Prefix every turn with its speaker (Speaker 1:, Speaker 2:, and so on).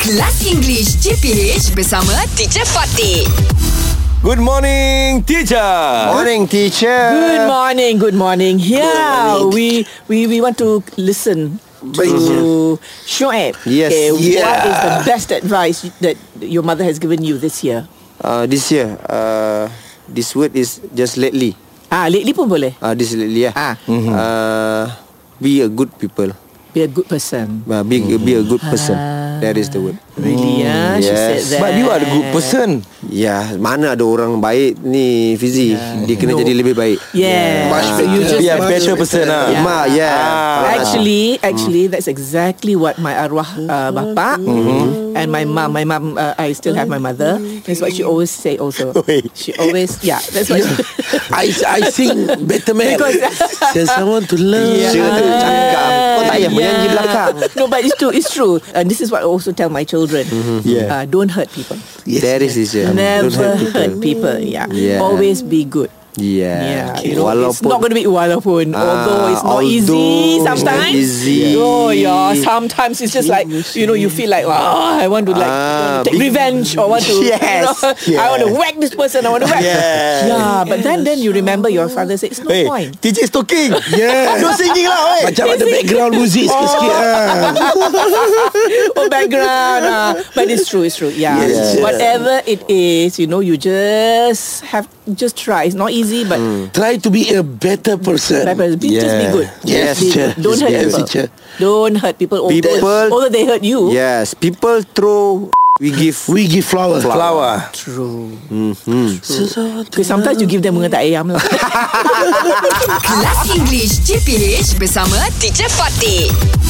Speaker 1: Kelas English JPH bersama Teacher Fatih.
Speaker 2: Good morning, teacher.
Speaker 3: Morning, teacher.
Speaker 4: Good morning, good morning. Yeah,
Speaker 3: Uh, morning.
Speaker 4: we we we want to listen to Shoaib.
Speaker 3: Yes.
Speaker 4: Okay, What
Speaker 3: Yeah.
Speaker 4: is the best advice that your mother has given you this year?
Speaker 3: Uh, this year, uh, this word is just lately.
Speaker 4: Ah, lately pun boleh.
Speaker 3: Uh, this lately, yeah.
Speaker 4: Ah.
Speaker 3: Uh, be a good people.
Speaker 4: Be a good person.
Speaker 3: Uh, be,
Speaker 4: Mm-hmm.
Speaker 3: be a good person.
Speaker 4: Ah.
Speaker 3: That is the word.
Speaker 4: Really, yeah. She said
Speaker 3: yes.
Speaker 4: that.
Speaker 2: But you are the good person.
Speaker 3: Ya, yeah, mana ada orang baik ni Fizi. Yeah. Dia kena
Speaker 4: No.
Speaker 3: jadi lebih baik.
Speaker 4: Yeah.
Speaker 3: Much
Speaker 4: So you
Speaker 3: better.
Speaker 4: just
Speaker 2: Be a better person lah.
Speaker 3: Yeah. Ma, yeah.
Speaker 4: Ah. Actually, actually, that's exactly what my arwah uh, bapa and my mum. My mum, uh, I still have my mother. That's what she always say. Also,
Speaker 3: Wait.
Speaker 4: she always, yeah, that's what. She,
Speaker 5: I I sing better man.
Speaker 4: Because-
Speaker 5: There's someone to love.
Speaker 3: Yeah. Sure tu cakap. Kau tak payah menyanyi belakang.
Speaker 4: no, but it's true. It's true. And this is what I also tell my children.
Speaker 3: Mm-hmm. Yeah.
Speaker 4: Uh, don't hurt people.
Speaker 3: Yes. That is it. yeah.
Speaker 4: Never
Speaker 3: Don't hurt people.
Speaker 4: Yeah.
Speaker 3: Yeah.
Speaker 4: Always be good.
Speaker 3: Yeah.
Speaker 4: Yeah. You know, it's
Speaker 3: Walaupun
Speaker 4: not going to be walaupun.
Speaker 3: Ah,
Speaker 4: although it's not
Speaker 3: although
Speaker 4: easy
Speaker 3: it's not
Speaker 4: sometimes.
Speaker 3: easy.
Speaker 4: Oh yeah. Sometimes it's just like you know you feel like oh I want to like
Speaker 3: Ah,
Speaker 4: take
Speaker 3: big-
Speaker 4: revenge or want to you
Speaker 3: Yes,
Speaker 4: know, I want to
Speaker 3: yes.
Speaker 4: whack this person. I want to whack.
Speaker 3: Yes.
Speaker 4: Yeah. But then then you remember your father said it's no
Speaker 2: Hey,
Speaker 4: point.
Speaker 2: teacher is talking.
Speaker 5: Yeah.
Speaker 2: No singing lah, weh.
Speaker 5: Macam ada background music sikit-sikit ah.
Speaker 4: oh background ah. but it's true it's true yeah
Speaker 3: Yes.
Speaker 4: whatever it is you know you just have just try it's not easy but
Speaker 5: Try to be a better person.
Speaker 4: but- but be- just be
Speaker 3: Yeah.
Speaker 4: good
Speaker 5: Hmm. Yes,
Speaker 4: Just be
Speaker 5: teacher.
Speaker 4: good. don't
Speaker 5: Just
Speaker 4: hurt
Speaker 5: be good,
Speaker 4: people
Speaker 5: teacher.
Speaker 4: don't hurt people although,
Speaker 3: People-
Speaker 4: although they hurt you
Speaker 3: Yes, people throw we give
Speaker 5: We give flower.
Speaker 2: Flower.
Speaker 4: true because sometimes you give them mengetak ayam lah
Speaker 1: Kelas English JPH bersama Teacher Fatih.